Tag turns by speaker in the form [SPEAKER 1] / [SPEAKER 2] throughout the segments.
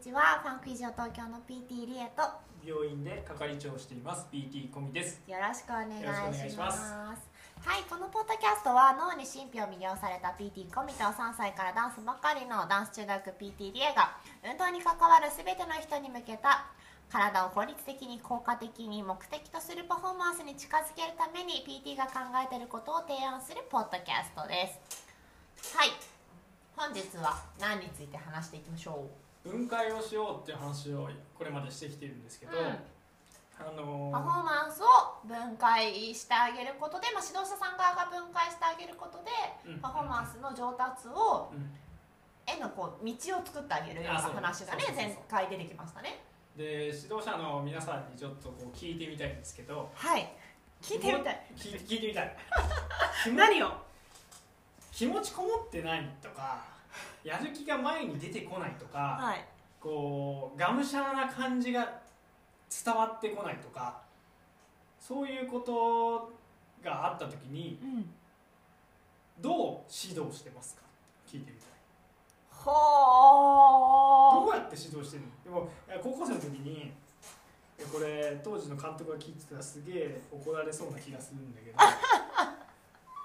[SPEAKER 1] ちはファンク以上東京の PT リエと
[SPEAKER 2] 病院で係長をしています BT コミです
[SPEAKER 1] よろしくお願いし
[SPEAKER 2] よろしくお
[SPEAKER 1] ます
[SPEAKER 2] 願いします
[SPEAKER 1] はいこのポッドキャストは脳に神秘を魅了された PT コミと3歳からダンスばかりのダンス中学 PT リエが運動に関わる全ての人に向けた体を効率的に効果的に目的とするパフォーマンスに近づけるために PT が考えていることを提案するポッドキャストですはい本日は何について話していきましょ
[SPEAKER 2] 分解をしようっていう話をこれまでしてきてるんですけど、
[SPEAKER 1] うん
[SPEAKER 2] あ
[SPEAKER 1] う
[SPEAKER 2] の
[SPEAKER 1] パフォーマンスを分解してあげることで、まあ、指導者さん側が分解してあげることで
[SPEAKER 2] ーうん
[SPEAKER 1] パフォーマンスの上達を
[SPEAKER 2] うん
[SPEAKER 1] へのこう道を作ってあげるような
[SPEAKER 2] あそう
[SPEAKER 1] 話がね
[SPEAKER 2] そうそうそう
[SPEAKER 1] 前回出てきましたね
[SPEAKER 2] で指導者の皆さんにちょっとこう聞いてみたいんですけど
[SPEAKER 1] はい聞いてみたい
[SPEAKER 2] 聞い聞いてみたい気持
[SPEAKER 1] 何を
[SPEAKER 2] 気持ちこもってないとかやる気が前に出てこないとか、
[SPEAKER 1] はい
[SPEAKER 2] こうがむしゃらな感じが伝わってこないとかそういうことがあった時に
[SPEAKER 1] うん
[SPEAKER 2] どう指導してますか聞いてみたいど
[SPEAKER 1] ほ
[SPEAKER 2] う
[SPEAKER 1] ー
[SPEAKER 2] やって指導してるのでもいや高校生の時にいやこれ当時の監督が聞いてたらすげえ怒られそうな気がするんだけど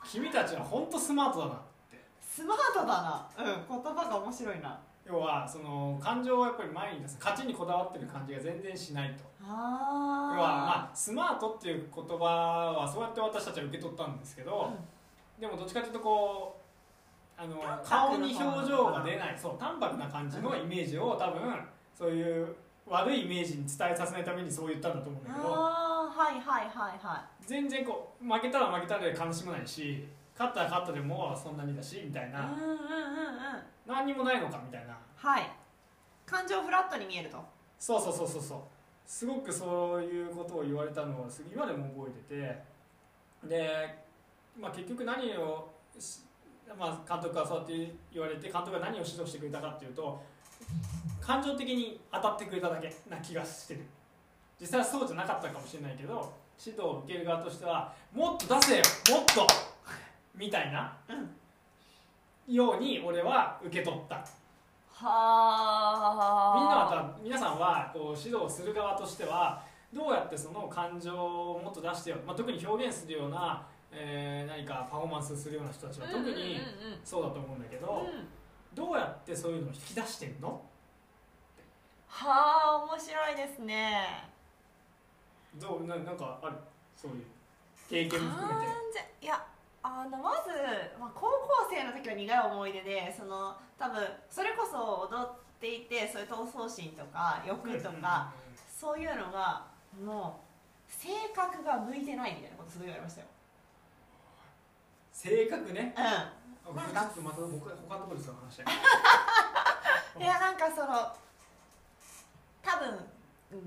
[SPEAKER 2] 君たちは本当スマートだなって
[SPEAKER 1] スマートだなうん言葉が面白いな
[SPEAKER 2] 要はその感情をやっぱり前に出す勝ちにこだわってる感じが全然しないと要は
[SPEAKER 1] あ
[SPEAKER 2] まあスマートっていう言葉はそうやって私たちは受け取ったんですけ
[SPEAKER 1] あ、
[SPEAKER 2] ど、
[SPEAKER 1] う
[SPEAKER 2] でもどっちかというとこうあの
[SPEAKER 1] 淡
[SPEAKER 2] 顔
[SPEAKER 1] 白な
[SPEAKER 2] に表情が出ないそう淡白な感じのイメージを多分そういう悪いイメージに伝えさせないためにそう言ったんだと思うん
[SPEAKER 1] ん、
[SPEAKER 2] だけど
[SPEAKER 1] あーはいはいはいは
[SPEAKER 2] 全然こう負けたら負けたで悲しまないし勝ったら勝ったでもうそんなにだしみたい
[SPEAKER 1] い
[SPEAKER 2] な
[SPEAKER 1] うんうんうんうん
[SPEAKER 2] 何にもないのかみたいな
[SPEAKER 1] はい感情フラットに見えると
[SPEAKER 2] そうそうそうそうそうすごくそういうことを言われたのをす今でも覚えててで、まあ、結局何をし、まあ、監督がそうやって言われて監督が何を指導してくれたかっていうと感情的に当たってくれただけな気がしてる実際はそうじゃなかったかもしれないけど指導を受ける側としてはもっと出せよもっとみたいな、ように俺は受け取った
[SPEAKER 1] はあ
[SPEAKER 2] みんなはた皆さんはこう指導する側としてはどうやってその感情をもっと出してよ、まあ、特に表現するような、えー何かパフォーマンスするような人たちは特
[SPEAKER 1] うんうん
[SPEAKER 2] にそうだと思うんだけ
[SPEAKER 1] うんうん
[SPEAKER 2] ど、
[SPEAKER 1] うん
[SPEAKER 2] どうやってそういうのを引き出してんの
[SPEAKER 1] はあ面白いですね
[SPEAKER 2] どうななんかあるそういう経験
[SPEAKER 1] 感
[SPEAKER 2] も含めて。
[SPEAKER 1] じいやあのまず、まあ、高校生の時は苦い思い出でその多分それこそ踊っていてそういう闘争心とか欲とか、そういうのがもう性格が向いてないみたいなことすごい言われましたよ
[SPEAKER 2] 性格ね
[SPEAKER 1] う
[SPEAKER 2] あ
[SPEAKER 1] なん
[SPEAKER 2] ちょ
[SPEAKER 1] か
[SPEAKER 2] っとまた僕他のところでその話したい
[SPEAKER 1] んいやなんかその多分我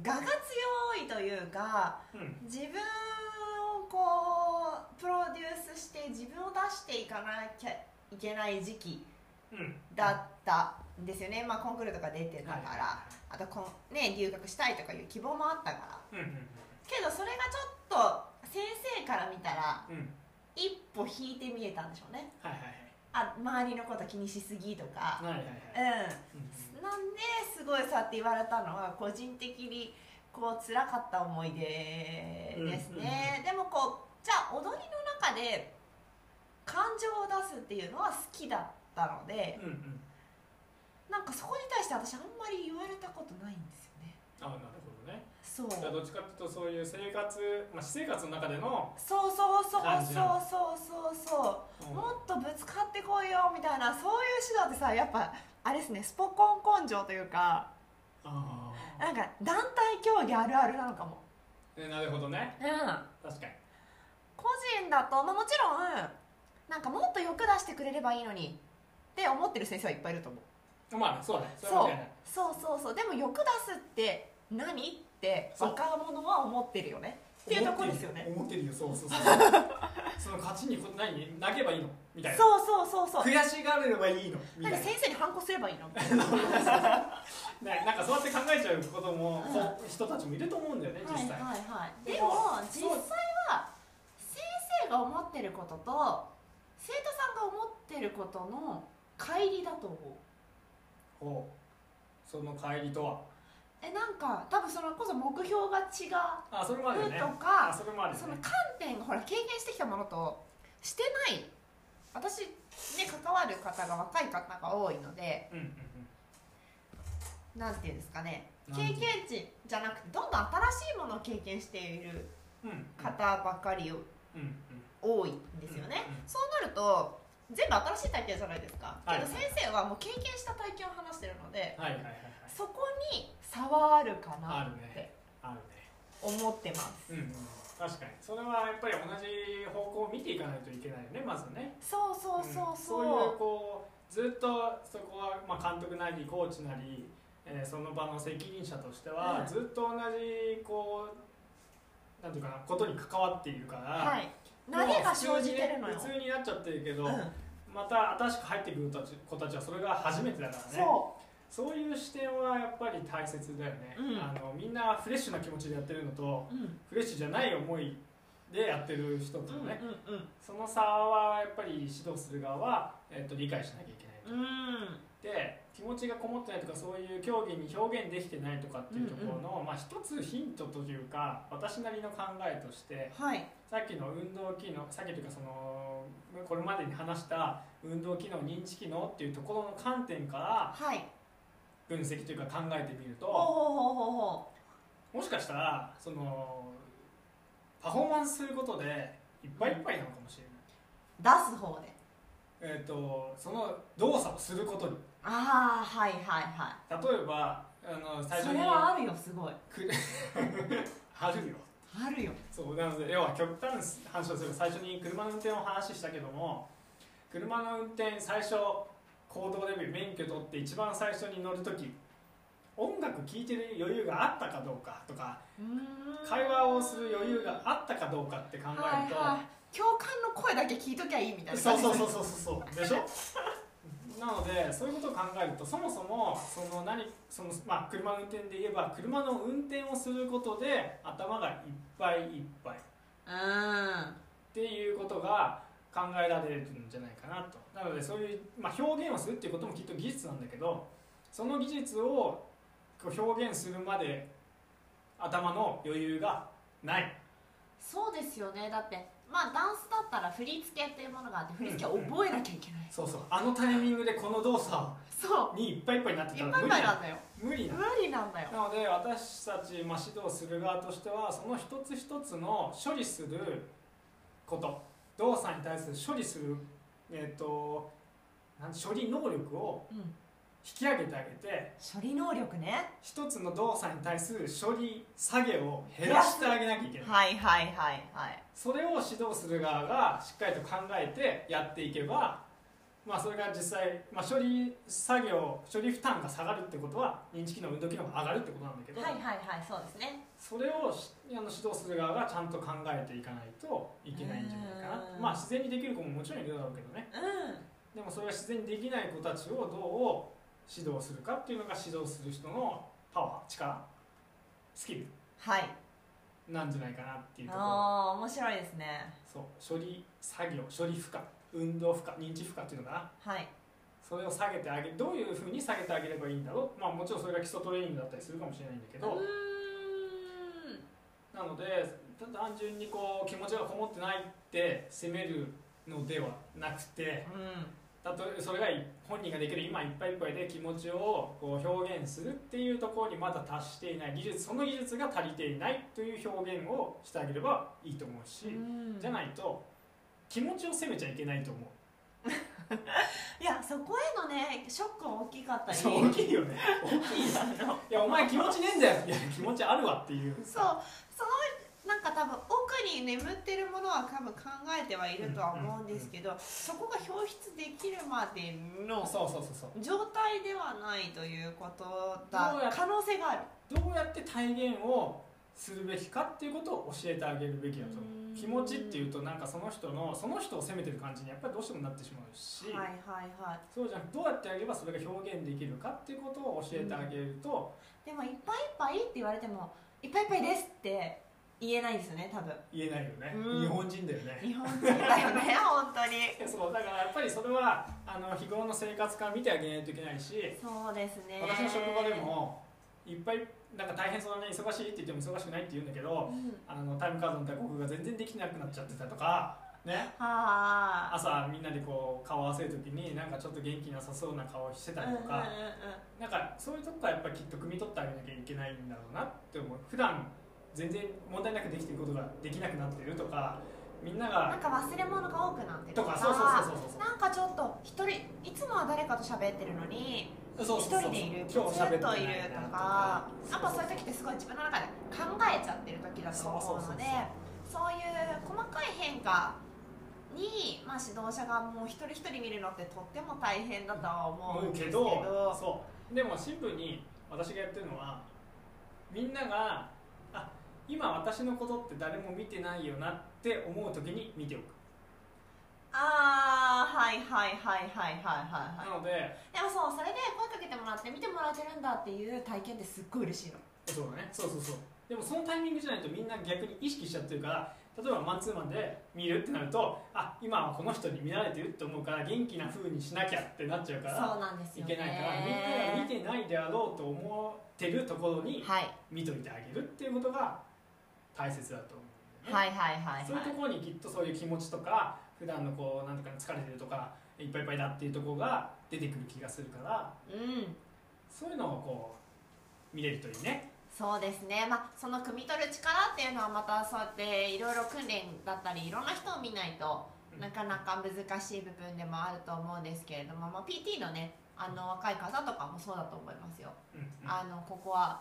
[SPEAKER 1] が強いというか
[SPEAKER 2] うん
[SPEAKER 1] 自分をこうプロデュースして自分を出していかなきゃいけない時期
[SPEAKER 2] うん
[SPEAKER 1] だったんですよね、まあ、コンクールとか出てたから、
[SPEAKER 2] は
[SPEAKER 1] あとこん、ね、留学したいとかいう希望もあったから
[SPEAKER 2] いうん
[SPEAKER 1] けどそれがちょっと先生から見たら
[SPEAKER 2] うんうんうん
[SPEAKER 1] 一歩引いて見えたんでしょうね
[SPEAKER 2] はいはい
[SPEAKER 1] あ周りのこと気にしすぎとか、
[SPEAKER 2] はいはいはい
[SPEAKER 1] うん、
[SPEAKER 2] はい
[SPEAKER 1] なん
[SPEAKER 2] うん
[SPEAKER 1] ですごいそうやって言われたのは個人的にこう辛かった思い出ですね、でもこうじゃあ踊りの中で感情を出すっていうのは好きだったので、
[SPEAKER 2] うんうんうん
[SPEAKER 1] なんかそこに対して私あんまり言われたことないんですよね
[SPEAKER 2] あなるほどね
[SPEAKER 1] そう
[SPEAKER 2] だからどっちかっていうとそういう生活、まあ、私生活の中での、
[SPEAKER 1] そうそうそう
[SPEAKER 2] 感
[SPEAKER 1] そ
[SPEAKER 2] じ
[SPEAKER 1] う
[SPEAKER 2] なの
[SPEAKER 1] そうそうそうもっとぶつかってこいよみたいなそういう指導ってさやっぱあれですねスポコン根性というか
[SPEAKER 2] あ
[SPEAKER 1] なんか団体競技あるあるなのかも
[SPEAKER 2] ーなるほどね
[SPEAKER 1] うん
[SPEAKER 2] 確かに
[SPEAKER 1] 個人だと、まあ、もちろんなんかもっと欲出してくれればいいのにって思ってる先生はいっぱいいると思う
[SPEAKER 2] まあねそうだね
[SPEAKER 1] そ
[SPEAKER 2] そうれは間違いない
[SPEAKER 1] そうそうそうでも欲出すって何って
[SPEAKER 2] そう
[SPEAKER 1] 若者は思ってるよねっていうところですよね
[SPEAKER 2] 思ってるよ思ってるよそうそう そうその勝ちにこ何泣けばいいのみたいな
[SPEAKER 1] そうそうそうそう
[SPEAKER 2] 悔しがれればいいのみ
[SPEAKER 1] なん
[SPEAKER 2] たい
[SPEAKER 1] で
[SPEAKER 2] な
[SPEAKER 1] 先生に反抗すればいいの
[SPEAKER 2] ねなんかそうやって考えちゃうことも、
[SPEAKER 1] うん
[SPEAKER 2] こう人たちもいると思うんだよね実際、
[SPEAKER 1] はいはいはい
[SPEAKER 2] で
[SPEAKER 1] でも
[SPEAKER 2] も
[SPEAKER 1] 実際は先生が思ってることと生徒さんが思ってることの乖離だと思う
[SPEAKER 2] ほうその帰りとは
[SPEAKER 1] えなんか多分それこそ目標が違う
[SPEAKER 2] あそれまでね
[SPEAKER 1] と
[SPEAKER 2] あ
[SPEAKER 1] か、
[SPEAKER 2] それまでね
[SPEAKER 1] その観点がほら経験してきたものとしてない私ね関わる方が若い方が多いので
[SPEAKER 2] うんうん
[SPEAKER 1] なんていうんですかね
[SPEAKER 2] うん
[SPEAKER 1] 経験値じゃなくてどんどん新しいものを経験している
[SPEAKER 2] うんうん
[SPEAKER 1] 方ばっかり
[SPEAKER 2] うんうん
[SPEAKER 1] 多いんですよね、
[SPEAKER 2] うんうん
[SPEAKER 1] そうなると全部新しい体験じゃないですか、
[SPEAKER 2] はい
[SPEAKER 1] けど先生はもう経験した体験を話してるので
[SPEAKER 2] はいはいはいはい
[SPEAKER 1] そこに差はあるかな
[SPEAKER 2] ある
[SPEAKER 1] っ
[SPEAKER 2] ね
[SPEAKER 1] て
[SPEAKER 2] あるね
[SPEAKER 1] 思ってます、
[SPEAKER 2] うんうん確かにそれはやっぱり同じ方向を見ていかないといけないよねまずね
[SPEAKER 1] そうそうそうそう、
[SPEAKER 2] んそういうこうずっとそこは、まあ、監督なりコーチなり、えーその場の責任者としては、
[SPEAKER 1] うん
[SPEAKER 2] ずっと同じこうなんていうかなことに関わっているから、
[SPEAKER 1] はい
[SPEAKER 2] もう
[SPEAKER 1] 何が生じてるのよ、
[SPEAKER 2] 普通になっちゃってるけど、
[SPEAKER 1] うん
[SPEAKER 2] また新しく入ってくる子たち子たちはそれが初めてだからね
[SPEAKER 1] そ
[SPEAKER 2] そういう視点はやっぱり大切だよね、
[SPEAKER 1] うん
[SPEAKER 2] あのみんなフレッシュな気持ちでやってるのと
[SPEAKER 1] う、うん、うん
[SPEAKER 2] フレッシュじゃない思いでやってる人とね、
[SPEAKER 1] うんうん
[SPEAKER 2] その差はやっぱり指導する側は、えっと理解しなきゃいけないと、
[SPEAKER 1] うん
[SPEAKER 2] で気持ちがこもってないとかそういう競技に表現できてないとかっていうところの、まあ、一つヒントというか私なりの考えとして
[SPEAKER 1] はい
[SPEAKER 2] さっきの運動機能さっきというかそのこれまでに話した運動機能認知機能っていうところの観点から
[SPEAKER 1] はい
[SPEAKER 2] 分析というか考えてみる
[SPEAKER 1] ほう
[SPEAKER 2] と
[SPEAKER 1] ほうほうほうほ
[SPEAKER 2] もしかしたらそのパフォーマンスすることでいっぱいいっぱいなのかもしれない。
[SPEAKER 1] う出す方で
[SPEAKER 2] えー、とその動作をすることに
[SPEAKER 1] ああはいはいは
[SPEAKER 2] 例えばあの最
[SPEAKER 1] い
[SPEAKER 2] 初
[SPEAKER 1] そ
[SPEAKER 2] に
[SPEAKER 1] れはあるよすごい
[SPEAKER 2] くあるよ
[SPEAKER 1] あるよ
[SPEAKER 2] そうなので要は極端な話をすると最初に車の運転を話したけども車の運転最初行動デビュー免許取って一番最初に乗るとき音楽聴いてる余裕があったかどうかとか
[SPEAKER 1] うーん
[SPEAKER 2] 会話をする余裕があったかどうかって考えると、
[SPEAKER 1] はいはい共感の声だけ聞いときゃいいみたいな
[SPEAKER 2] そうそ
[SPEAKER 1] う
[SPEAKER 2] うそうそうそうそうでしょ なのでそういうことを考えるとそもそもその何その、まあ、車の運転で言えば車の運転をすることで頭がいっぱいいっぱいっ
[SPEAKER 1] うーん
[SPEAKER 2] ていうことが考えられるんじゃないかなとなのでそういう、まあ、表現をするっていうこともきっと技術なんだけどその技術をこう表現するまで頭の余裕がない
[SPEAKER 1] そうですよねだってまあダンスだったら振り付けっていうものがあって振り付けを覚えなきゃいけない、
[SPEAKER 2] そうそうあのタイミングでこの動作
[SPEAKER 1] そ
[SPEAKER 2] にいっぱいいっぱいになっ
[SPEAKER 1] うい
[SPEAKER 2] てた
[SPEAKER 1] っ
[SPEAKER 2] ら
[SPEAKER 1] ぱいい
[SPEAKER 2] 無
[SPEAKER 1] っぱいな
[SPEAKER 2] 理な
[SPEAKER 1] んだよ
[SPEAKER 2] の無理なの
[SPEAKER 1] 無理なんだよ
[SPEAKER 2] なので私たち、まあ、指導する側としてはその一つ一つの処理すること動作に対する処理する、えー、となん処理能力を
[SPEAKER 1] うん
[SPEAKER 2] 引き上げてあげて
[SPEAKER 1] 処理能力ね
[SPEAKER 2] 一つの動作に対する処理下げを減らしてあげなきゃいけない
[SPEAKER 1] はいはいはいはい
[SPEAKER 2] それを指導する側がしっかりと考えてやっていけば、まあ、それが実際、まあ、処理作業処理負担が下がるってことは認知機能運動機能が上がるってことなんだけど、
[SPEAKER 1] はいはいはいそうですね
[SPEAKER 2] それをしあの指導する側がちゃんと考えていかないといけないんじゃないかな
[SPEAKER 1] うん
[SPEAKER 2] まあ自然にできる子ももちろんいるだろうけどね
[SPEAKER 1] う
[SPEAKER 2] でもそれが自然にできない子たちをどう指導するかっていうのが指導する人のパワー力スキル
[SPEAKER 1] んはい
[SPEAKER 2] なんじゃないかなっていうところ
[SPEAKER 1] ああ面白いですね
[SPEAKER 2] そう処理作業処理負荷運動負荷認知負荷っていうのかな
[SPEAKER 1] はい
[SPEAKER 2] それを下げてあげどういうふうに下げてあげればいいんだろうまあもちろんそれが基礎トレーニングだったりするかもしれないんだけ
[SPEAKER 1] うー
[SPEAKER 2] ど、
[SPEAKER 1] ん
[SPEAKER 2] なのでた単純にこう気持ちがこもってないって責めるのではなくて
[SPEAKER 1] う
[SPEAKER 2] たとえそれがい本人ができる今いっぱいいっぱいで気持ちをこう表現するっていうところにまだ達していない技術その技術が足りていないという表現をしてあげればいいと思うし、
[SPEAKER 1] ん
[SPEAKER 2] じゃないと気持ちを責めちゃいけないと思う。
[SPEAKER 1] いやそこへのねショックも大きかったり
[SPEAKER 2] そう 大きいよね大きいよいやお前気持ちねえんだよいや気持ちあるわっていう
[SPEAKER 1] そうそのなんか多分奥に眠ってるものは多分考えてはいるとは思うんですけど、そこが表出できるまでの
[SPEAKER 2] そうそうそうそう
[SPEAKER 1] 状態ではないということ
[SPEAKER 2] どう
[SPEAKER 1] だ
[SPEAKER 2] やっ
[SPEAKER 1] 可能性がある
[SPEAKER 2] どうやって体現をするべきかっていうことを教えてあげるべきだと思う
[SPEAKER 1] うーん
[SPEAKER 2] 気持ちっていうとなんかその人のその人を責めてる感じにやっぱりどうしてもなってしまうし、
[SPEAKER 1] はいはいはい
[SPEAKER 2] そうじゃなくどうやってあげればそれが表現できるかっていうことを教えてあげると、
[SPEAKER 1] でもいっぱいいっぱいって言われてもいっぱいいっぱいですって言えないですね多分
[SPEAKER 2] 言えないよね、
[SPEAKER 1] うん
[SPEAKER 2] 日本人だよね
[SPEAKER 1] 日本人だよね本当に
[SPEAKER 2] そうだからやっぱりそれはあの日頃の生活から見てあげないといけないし、
[SPEAKER 1] そうですね
[SPEAKER 2] 私の職場でもいっぱいなんか大変そうなね忙しいって言っても忙しくないって言うんだけど
[SPEAKER 1] うん
[SPEAKER 2] あのタイムカードの対抗が全然できなくなっちゃってたとかね
[SPEAKER 1] はあ
[SPEAKER 2] 朝みんなでこう顔合わせる時になんかちょっと元気なさそうな顔してたりとか、
[SPEAKER 1] うんうんうんうん
[SPEAKER 2] なんかそういうとこからやっぱりきっと汲み取ってあげなきゃいけないんだろうなって思う普段全然問題なくできてることができなくなってるとかみんな
[SPEAKER 1] な
[SPEAKER 2] が
[SPEAKER 1] んか忘れ物が多くなってる
[SPEAKER 2] とかそうそうそうそうそう
[SPEAKER 1] なんかちょっと一人いつもは誰かと喋ってるのに
[SPEAKER 2] そう
[SPEAKER 1] 一
[SPEAKER 2] そうそ
[SPEAKER 1] 人
[SPEAKER 2] う
[SPEAKER 1] でいるずっ
[SPEAKER 2] 今日喋って
[SPEAKER 1] と
[SPEAKER 2] ない
[SPEAKER 1] いる
[SPEAKER 2] な
[SPEAKER 1] とかやっぱそういう時ってすごい自分の中で考えちゃってる時だと思うのでそういう細かい変化に、まあ、指導者がもう一人一人見るのってとっても大変だとは思
[SPEAKER 2] 思
[SPEAKER 1] うん
[SPEAKER 2] う
[SPEAKER 1] です
[SPEAKER 2] け
[SPEAKER 1] け
[SPEAKER 2] ど
[SPEAKER 1] ど
[SPEAKER 2] そうでもシンプルに私がやってるのはみんながあ今私のことって誰も見てないよなって思う時に見ておく、
[SPEAKER 1] ああはいはいはいはいはいはいはい
[SPEAKER 2] なので
[SPEAKER 1] でもそうそれで声かけてもらって見てもらってるんだっていう体験ってすっごい嬉しいの
[SPEAKER 2] そうだねそうそうそうでもそのタイミングじゃないとみんな逆に意識しちゃってるから例えばマンツーマンで見るってなるとあ今はこの人に見られてるって思うから元気な風にしなきゃってなっちゃうから
[SPEAKER 1] そうなんです
[SPEAKER 2] い
[SPEAKER 1] よ
[SPEAKER 2] け
[SPEAKER 1] ね
[SPEAKER 2] ないからみんなが見てないであろうと思ってるところに
[SPEAKER 1] はい
[SPEAKER 2] 見といてあげるっていうことが大切だと思うんだよね
[SPEAKER 1] はいはいはい
[SPEAKER 2] そういうと
[SPEAKER 1] は
[SPEAKER 2] ころにきっとそういう気持ちとか普段のこうなんとか疲れてるとかいっぱいいっぱいだっていうところが出てくる気がするから
[SPEAKER 1] いうん
[SPEAKER 2] そういうのをこう見れるといいね。
[SPEAKER 1] そうですねまあその汲み取る力っていうのはまたそうやっていろいろ訓練だったりいろんな人を見ないとなかなか難しい部分でもあると思うんですけれども、まあ、PT のねあの若い方とかもそうだと思いますよ、
[SPEAKER 2] うんうん
[SPEAKER 1] あのここは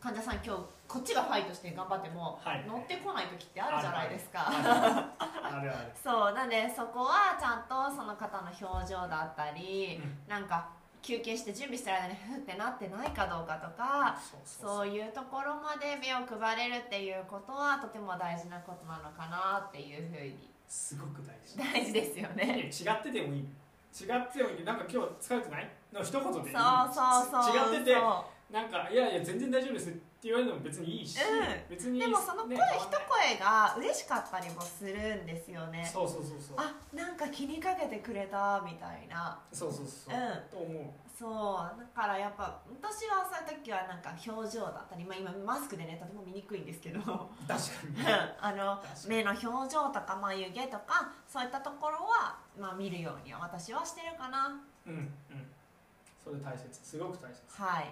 [SPEAKER 1] 患者さん今日こっちがファイトして頑張っても、
[SPEAKER 2] はい
[SPEAKER 1] 乗ってこない時ってあるじゃないですか、
[SPEAKER 2] あるあるある
[SPEAKER 1] そうなんでそこはちゃんとその方の表情だったり、なんか休憩して準備してる間にふってなってないかどうかとか
[SPEAKER 2] そう
[SPEAKER 1] そう
[SPEAKER 2] そうそう
[SPEAKER 1] いうところまで目を配れるっていうことはとても大事なことなのかなっていうふうに
[SPEAKER 2] すごく大事
[SPEAKER 1] 大事ですよ
[SPEAKER 2] いい
[SPEAKER 1] ね
[SPEAKER 2] ね違っててもいい違ってもいいなんか今日疲れてないの一言で
[SPEAKER 1] そ
[SPEAKER 2] いう
[SPEAKER 1] そう
[SPEAKER 2] い
[SPEAKER 1] そう
[SPEAKER 2] 違ってて
[SPEAKER 1] そ
[SPEAKER 2] なんかいやいや全然大丈夫ですって言われても別にいいし、
[SPEAKER 1] う
[SPEAKER 2] 別
[SPEAKER 1] う
[SPEAKER 2] に
[SPEAKER 1] でもその声、
[SPEAKER 2] ね
[SPEAKER 1] 一声が嬉しかったりもするんですよね
[SPEAKER 2] そうそうそうそう
[SPEAKER 1] あなんか気にかけてくれたみたいな
[SPEAKER 2] そうそうそう、
[SPEAKER 1] うん
[SPEAKER 2] と思う
[SPEAKER 1] そうだからやっぱ私はそういう時はなんか表情だったり、まあ、今マスクでねとても見にくいんですけど
[SPEAKER 2] 確かに
[SPEAKER 1] あの
[SPEAKER 2] 確かに
[SPEAKER 1] 目の表情とか眉毛とかそういったところは、まあ、見るようには私はしてるかな
[SPEAKER 2] うんうんそれ大切すごく大切
[SPEAKER 1] はい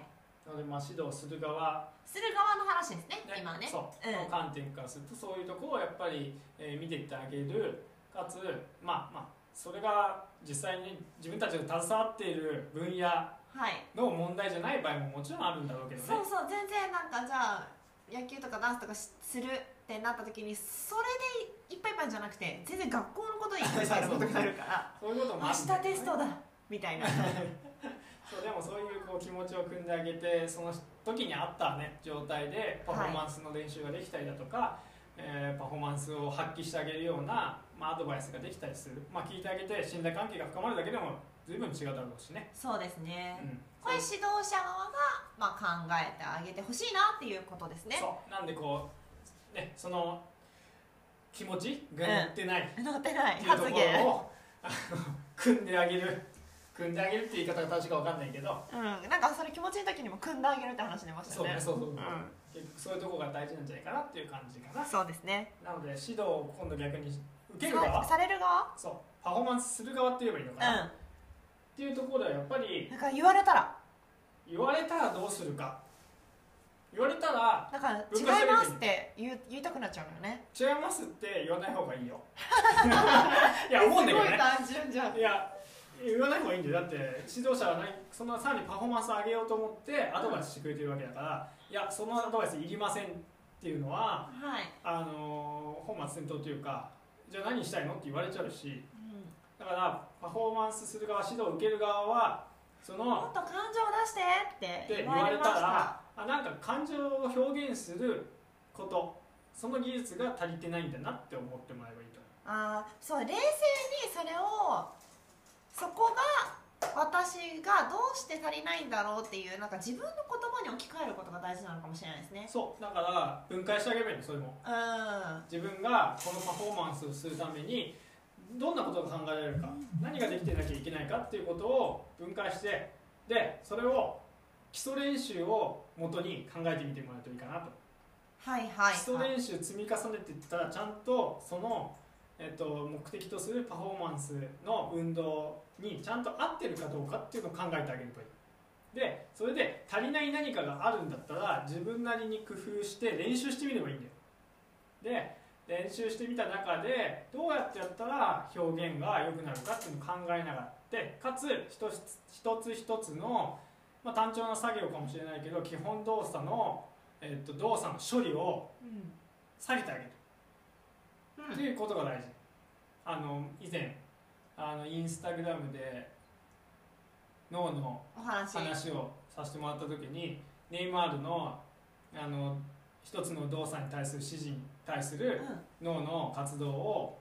[SPEAKER 2] なのでまあ指導する側、
[SPEAKER 1] する側の話ですね今ね
[SPEAKER 2] そう、
[SPEAKER 1] うん
[SPEAKER 2] の観点からするとそういうところをやっぱり、えー見ていってあげるかつまあまあそれが実際に自分たちが携わっている分野
[SPEAKER 1] はい
[SPEAKER 2] の問題じゃない場合ももちろんあるんだろうけどね
[SPEAKER 1] そうそう全然なんかじゃあ野球とかダンスとかしするってなった時にそれでいっぱいいっぱいじゃなくて全然学校のことにいっぱいされることになるから
[SPEAKER 2] そういうことも
[SPEAKER 1] 明
[SPEAKER 2] あるん
[SPEAKER 1] 日
[SPEAKER 2] だよね
[SPEAKER 1] テストだみたいな
[SPEAKER 2] そうでもそういうこう気持ちを組んであげてその時に合った、ね、状態でパフォーマンスの練習ができたりだとか、えーパフォーマンスを発揮してあげるような、まあ、アドバイスができたりする、まあ、聞いてあげて信頼関係が深まるだけでも随分違うだろうしね、
[SPEAKER 1] そうですね、
[SPEAKER 2] うん、
[SPEAKER 1] これ指導者側が、まあ、考えてあげてほしいなっていうことですね
[SPEAKER 2] そうなんでこう、ね、その気持ちが乗ってないっ
[SPEAKER 1] 乗って ない
[SPEAKER 2] ていうと
[SPEAKER 1] 発
[SPEAKER 2] こ
[SPEAKER 1] 言
[SPEAKER 2] ろを、あの組んであげる組んであげるって言い方が正しいか分かんないけど
[SPEAKER 1] うんなんかそれ気持ちいい時にも組んであげるって話出ました
[SPEAKER 2] そう
[SPEAKER 1] よね
[SPEAKER 2] ねそうそうそう、
[SPEAKER 1] ん
[SPEAKER 2] 結局そういうとこが大事なんじゃないかなっていう感じかな。
[SPEAKER 1] そうですね
[SPEAKER 2] なので指導を今度逆に受ける側
[SPEAKER 1] さされる側
[SPEAKER 2] そうパフォーマンスする側って言えばいいのかな、っ
[SPEAKER 1] う
[SPEAKER 2] ていうところではやっぱり
[SPEAKER 1] んなんか言われたら
[SPEAKER 2] 言われたらどうするか言われたら
[SPEAKER 1] だから
[SPEAKER 2] 分解
[SPEAKER 1] 違います
[SPEAKER 2] する
[SPEAKER 1] って言う言いたくなっちゃうのよね
[SPEAKER 2] 違いますって言わない方がい いよいや思うんだけど
[SPEAKER 1] すごい
[SPEAKER 2] ね
[SPEAKER 1] 単純じゃん
[SPEAKER 2] いや言わない方がいいんだよだって指導者は何そのさらにパフォーマンス上げようと思ってアドバイスしてくれてるわけだから、いやそのアドバイスいりませんっていうの
[SPEAKER 1] は
[SPEAKER 2] は
[SPEAKER 1] い、
[SPEAKER 2] あのー本末転倒というかじゃあ何したいのって言われちゃうし
[SPEAKER 1] うん
[SPEAKER 2] だからパフォーマンスする側指導を受ける側はそ
[SPEAKER 1] も
[SPEAKER 2] の
[SPEAKER 1] っと感情を出してっ
[SPEAKER 2] ってて
[SPEAKER 1] 言
[SPEAKER 2] 言
[SPEAKER 1] わ
[SPEAKER 2] わ
[SPEAKER 1] れ
[SPEAKER 2] れ
[SPEAKER 1] ま
[SPEAKER 2] た
[SPEAKER 1] した
[SPEAKER 2] らあなんか感情を表現することその技術が足りてないんだなって思ってもらえばいいと
[SPEAKER 1] あーそう冷静にそれをそこが私がどうして足りないんだろうっていうなんか自分の言葉に置き換えることが大事なのかもしれないですね
[SPEAKER 2] そうだから分解してあげればいいのそれも
[SPEAKER 1] うんは
[SPEAKER 2] 自分がこのパフォーマンスをするためにどんなことが考えられるか何ができてなきゃいけないかっていうことを分解してでそれを基礎練習を元に考えてみてもらうといいかなと
[SPEAKER 1] いはい、
[SPEAKER 2] 基礎
[SPEAKER 1] はい、
[SPEAKER 2] 練習積み重ねていったらちゃんとその、えっと、目的とするパフォーマンスの運動にちゃんと合ってるかどうかっていうのを考えてあげればいいでそれで足りない何かがあるんだったら自分なりに工夫して練習してみればいいんだよで練習してみた中でどうやってやったら表現が良くなるかっていうのを考えながらでかつ一つ一つ一つの、まあ、単調な作業かもしれないけど基本動作の、えっと、動作の処理を下げてあげる
[SPEAKER 1] うん
[SPEAKER 2] っていうことが大事あの以前あのインスタグラムで脳の
[SPEAKER 1] お話
[SPEAKER 2] 話をさせてもらった時にネイマールのあの一つの動作に対する指示に対す
[SPEAKER 1] うん
[SPEAKER 2] る
[SPEAKER 1] は
[SPEAKER 2] 脳の活動を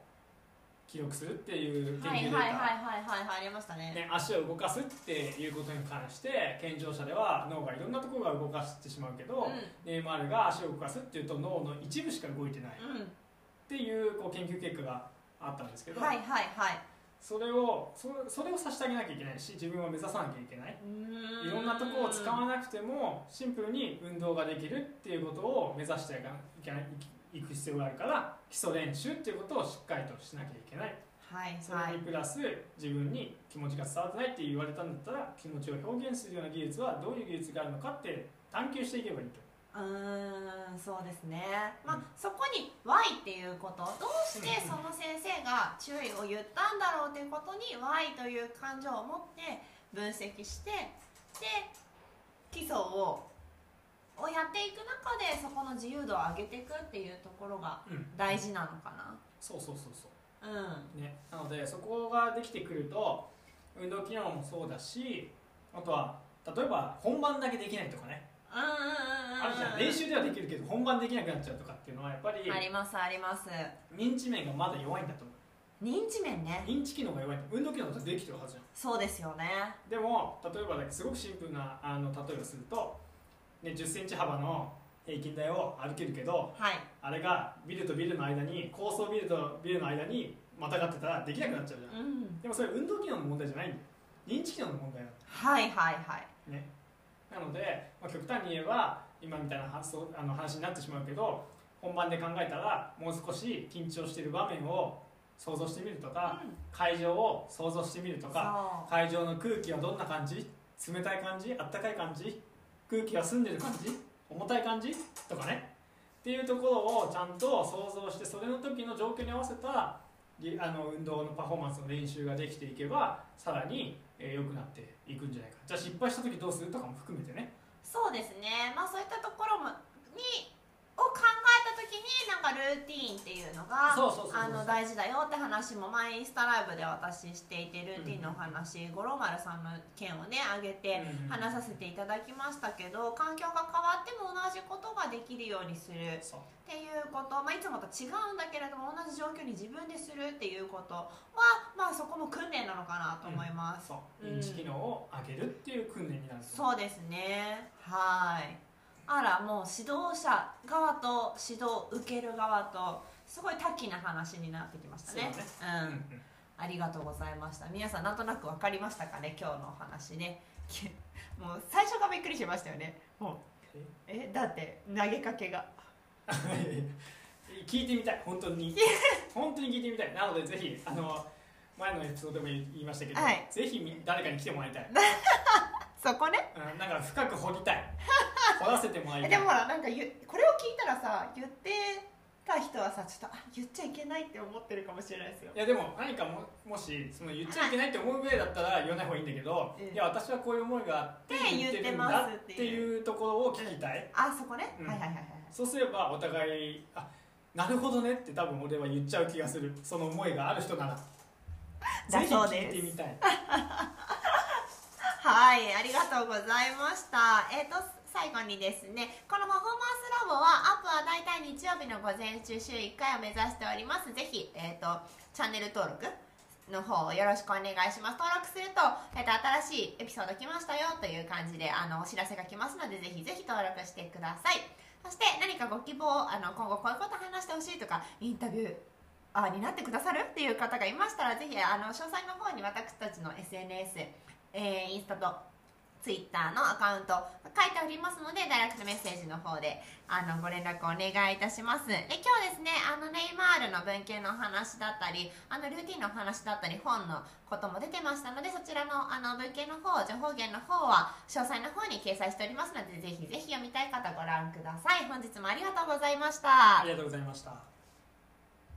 [SPEAKER 2] 記録するっていう研
[SPEAKER 1] いはいは
[SPEAKER 2] 究デ
[SPEAKER 1] い
[SPEAKER 2] ー
[SPEAKER 1] はいはい
[SPEAKER 2] タ
[SPEAKER 1] はいありましたね
[SPEAKER 2] ね、足を動かすっていうことに関して健常者では脳がいろんなところが動かしてしまうけど、ネイマールが足を動かすっていうと脳の一部しか動いてない
[SPEAKER 1] うん、うん
[SPEAKER 2] っていうこう研究結果があったんですけど、
[SPEAKER 1] はいはいはい
[SPEAKER 2] それをそそれをさせてあげなきゃいけないし自分を目指さなきゃいけないう
[SPEAKER 1] ー
[SPEAKER 2] いろんなとこを使わなくてもシンプルに運動ができるっていうことを目指していかないけないいく必要があるから基礎練習っていうことをしっかりとしなきゃいけない
[SPEAKER 1] はい
[SPEAKER 2] そ
[SPEAKER 1] は
[SPEAKER 2] れ
[SPEAKER 1] い
[SPEAKER 2] にプラス自分に気持ちが伝わってないって言われたんだったら気持ちを表現するような技術はどういう技術があるのかって探求していけばいいと
[SPEAKER 1] うーんそうですねまあ、
[SPEAKER 2] うん
[SPEAKER 1] そこに「Y」っていうことどうしてその先生が注意を言ったんだろうということに「Y」という感情を持って分析してで基礎ををやっていく中でそこの自由度を上げていくっていうところが
[SPEAKER 2] うん
[SPEAKER 1] 大事なのか
[SPEAKER 2] そうそうそうそう
[SPEAKER 1] なうん
[SPEAKER 2] ね、なのでそこができてくると運動機能もそうだしあとは例えば本番だけできないとかね
[SPEAKER 1] うんうんうんうん
[SPEAKER 2] あるじゃん練習ではできるけど本番できなくなっちゃうとかっていうのはやっぱり
[SPEAKER 1] ありますあります
[SPEAKER 2] 認知面がまだ弱いんだと思
[SPEAKER 1] 認知面ね
[SPEAKER 2] う認知機能が弱いんだ運動機能だってできてるはずじゃん
[SPEAKER 1] そうですよね
[SPEAKER 2] でも例えばねすごくシンプルなあの例えをすると、ね、1 0ンチ幅の平均台を歩けるけど
[SPEAKER 1] はい
[SPEAKER 2] あれがビルとビルの間に高層ビルとビルの間にまたがってたらできなくなっちゃうじゃん
[SPEAKER 1] うん
[SPEAKER 2] でもそれ運動機能の問題じゃないんだよ認知機能の問題なんだ
[SPEAKER 1] はいはいはい
[SPEAKER 2] ね、なので、まあ、極端に言えば今みたいな発想あの話になってしまうけど本番で考えたらもう少し緊張している場面を想像してみるとか
[SPEAKER 1] うん
[SPEAKER 2] 会場を想像してみるとか
[SPEAKER 1] そう
[SPEAKER 2] 会場の空気はどんな感じ冷たい感じあったかい感じ空気が澄んでる感じ重たい感じとかねっていうところをちゃんと想像してそれの時の状況に合わせたりあの運動のパフォーマンスの練習ができていけばさらにえー良、くなっていくんじゃないかじゃあ失敗した時どうするとかも含めてね
[SPEAKER 1] そうですね、まあ、そういったところもにを考えた時になんかルーティーンっていうのが
[SPEAKER 2] そうそうそうそう
[SPEAKER 1] あの大事だよって話も前インスタライブで私していてルーティーンのお話、五郎丸さんの件をね挙げて
[SPEAKER 2] うん
[SPEAKER 1] 話させていただきましたけど環境が変わっても同じことができるようにするっ
[SPEAKER 2] そう
[SPEAKER 1] ていうこと、まあ、いつもと違うんだけれども同じ状況に自分でするっていうことは、まあ、そこも訓練なのかなと思います。
[SPEAKER 2] そう
[SPEAKER 1] うん
[SPEAKER 2] 認知機能を上げるっていう訓練になるう
[SPEAKER 1] そうですねはいあらもう指導者側と指導受ける側とすごい多岐な話になってきましたね
[SPEAKER 2] そう
[SPEAKER 1] うん、ありがとうございました皆さんなんとなく分かりましたかね今日のお話ね きもう最初がびっくりしましたよねもうえだって投げかけが
[SPEAKER 2] 聞いてみたい本当 に本当に聞いてみたいなのでぜひあの前のエピソードでも言いましたけど、
[SPEAKER 1] はい
[SPEAKER 2] ぜひみ誰かに来てもらいたい、
[SPEAKER 1] そこね
[SPEAKER 2] うん、なんか深く掘りた い掘らせてもらいた
[SPEAKER 1] え
[SPEAKER 2] い
[SPEAKER 1] でもほらなんかゆこれを聞いたらさ言ってた人はさちょっとあ言っちゃいけないって思ってるかもしれないですよ
[SPEAKER 2] いやでも何かももしその言っちゃいけないって思うぐらいだったら言わない方がいいんだけど、
[SPEAKER 1] うん
[SPEAKER 2] いや私はこういう思いがあって
[SPEAKER 1] って
[SPEAKER 2] 言
[SPEAKER 1] 言
[SPEAKER 2] っ
[SPEAKER 1] ってて
[SPEAKER 2] るん
[SPEAKER 1] ま
[SPEAKER 2] だ
[SPEAKER 1] す
[SPEAKER 2] っ
[SPEAKER 1] って
[SPEAKER 2] て
[SPEAKER 1] いう
[SPEAKER 2] いうところを聞きたい、
[SPEAKER 1] あそこね、
[SPEAKER 2] うん
[SPEAKER 1] はいはいはいはい
[SPEAKER 2] そうすればお互いあなるほどねって多分俺は言っちゃう気がするその思いがある人なら
[SPEAKER 1] だ
[SPEAKER 2] ぜひ
[SPEAKER 1] そう
[SPEAKER 2] 聞
[SPEAKER 1] で
[SPEAKER 2] い
[SPEAKER 1] す
[SPEAKER 2] てみたい
[SPEAKER 1] はい、ありがとうございました。えっ、と、最後にですね、このパフォーマンスラボは、アップは大体日曜日の午前中、週1回を目指しております。ぜひ、えっ、と、チャンネル登録、
[SPEAKER 3] の方をよろしくお願いします登録すると、えっと、新しいエピソード来ましたよという感じであのお知らせが来ますのでぜひぜひ登録してくださいそして何かご希望あの今後こういうこと話してほしいとかインタビューあになってくださるっていう方がいましたらぜひあの詳細の方に私たちの SNS、えーインスタとツイッターのアカウントが書いておりますのでダイレクトメッセージの方であのご連絡お願いいたしますで今日ですねあのネイマールの文献のお話だったりあのルーティンのお話だったり本のことも出てましたのでそちらのあの文献の方情報源の方は詳細の方に掲載しておりますのでぜひぜひ読みたい方ご覧ください本日もありがとうございまし
[SPEAKER 2] あ
[SPEAKER 3] た
[SPEAKER 2] りがとうございました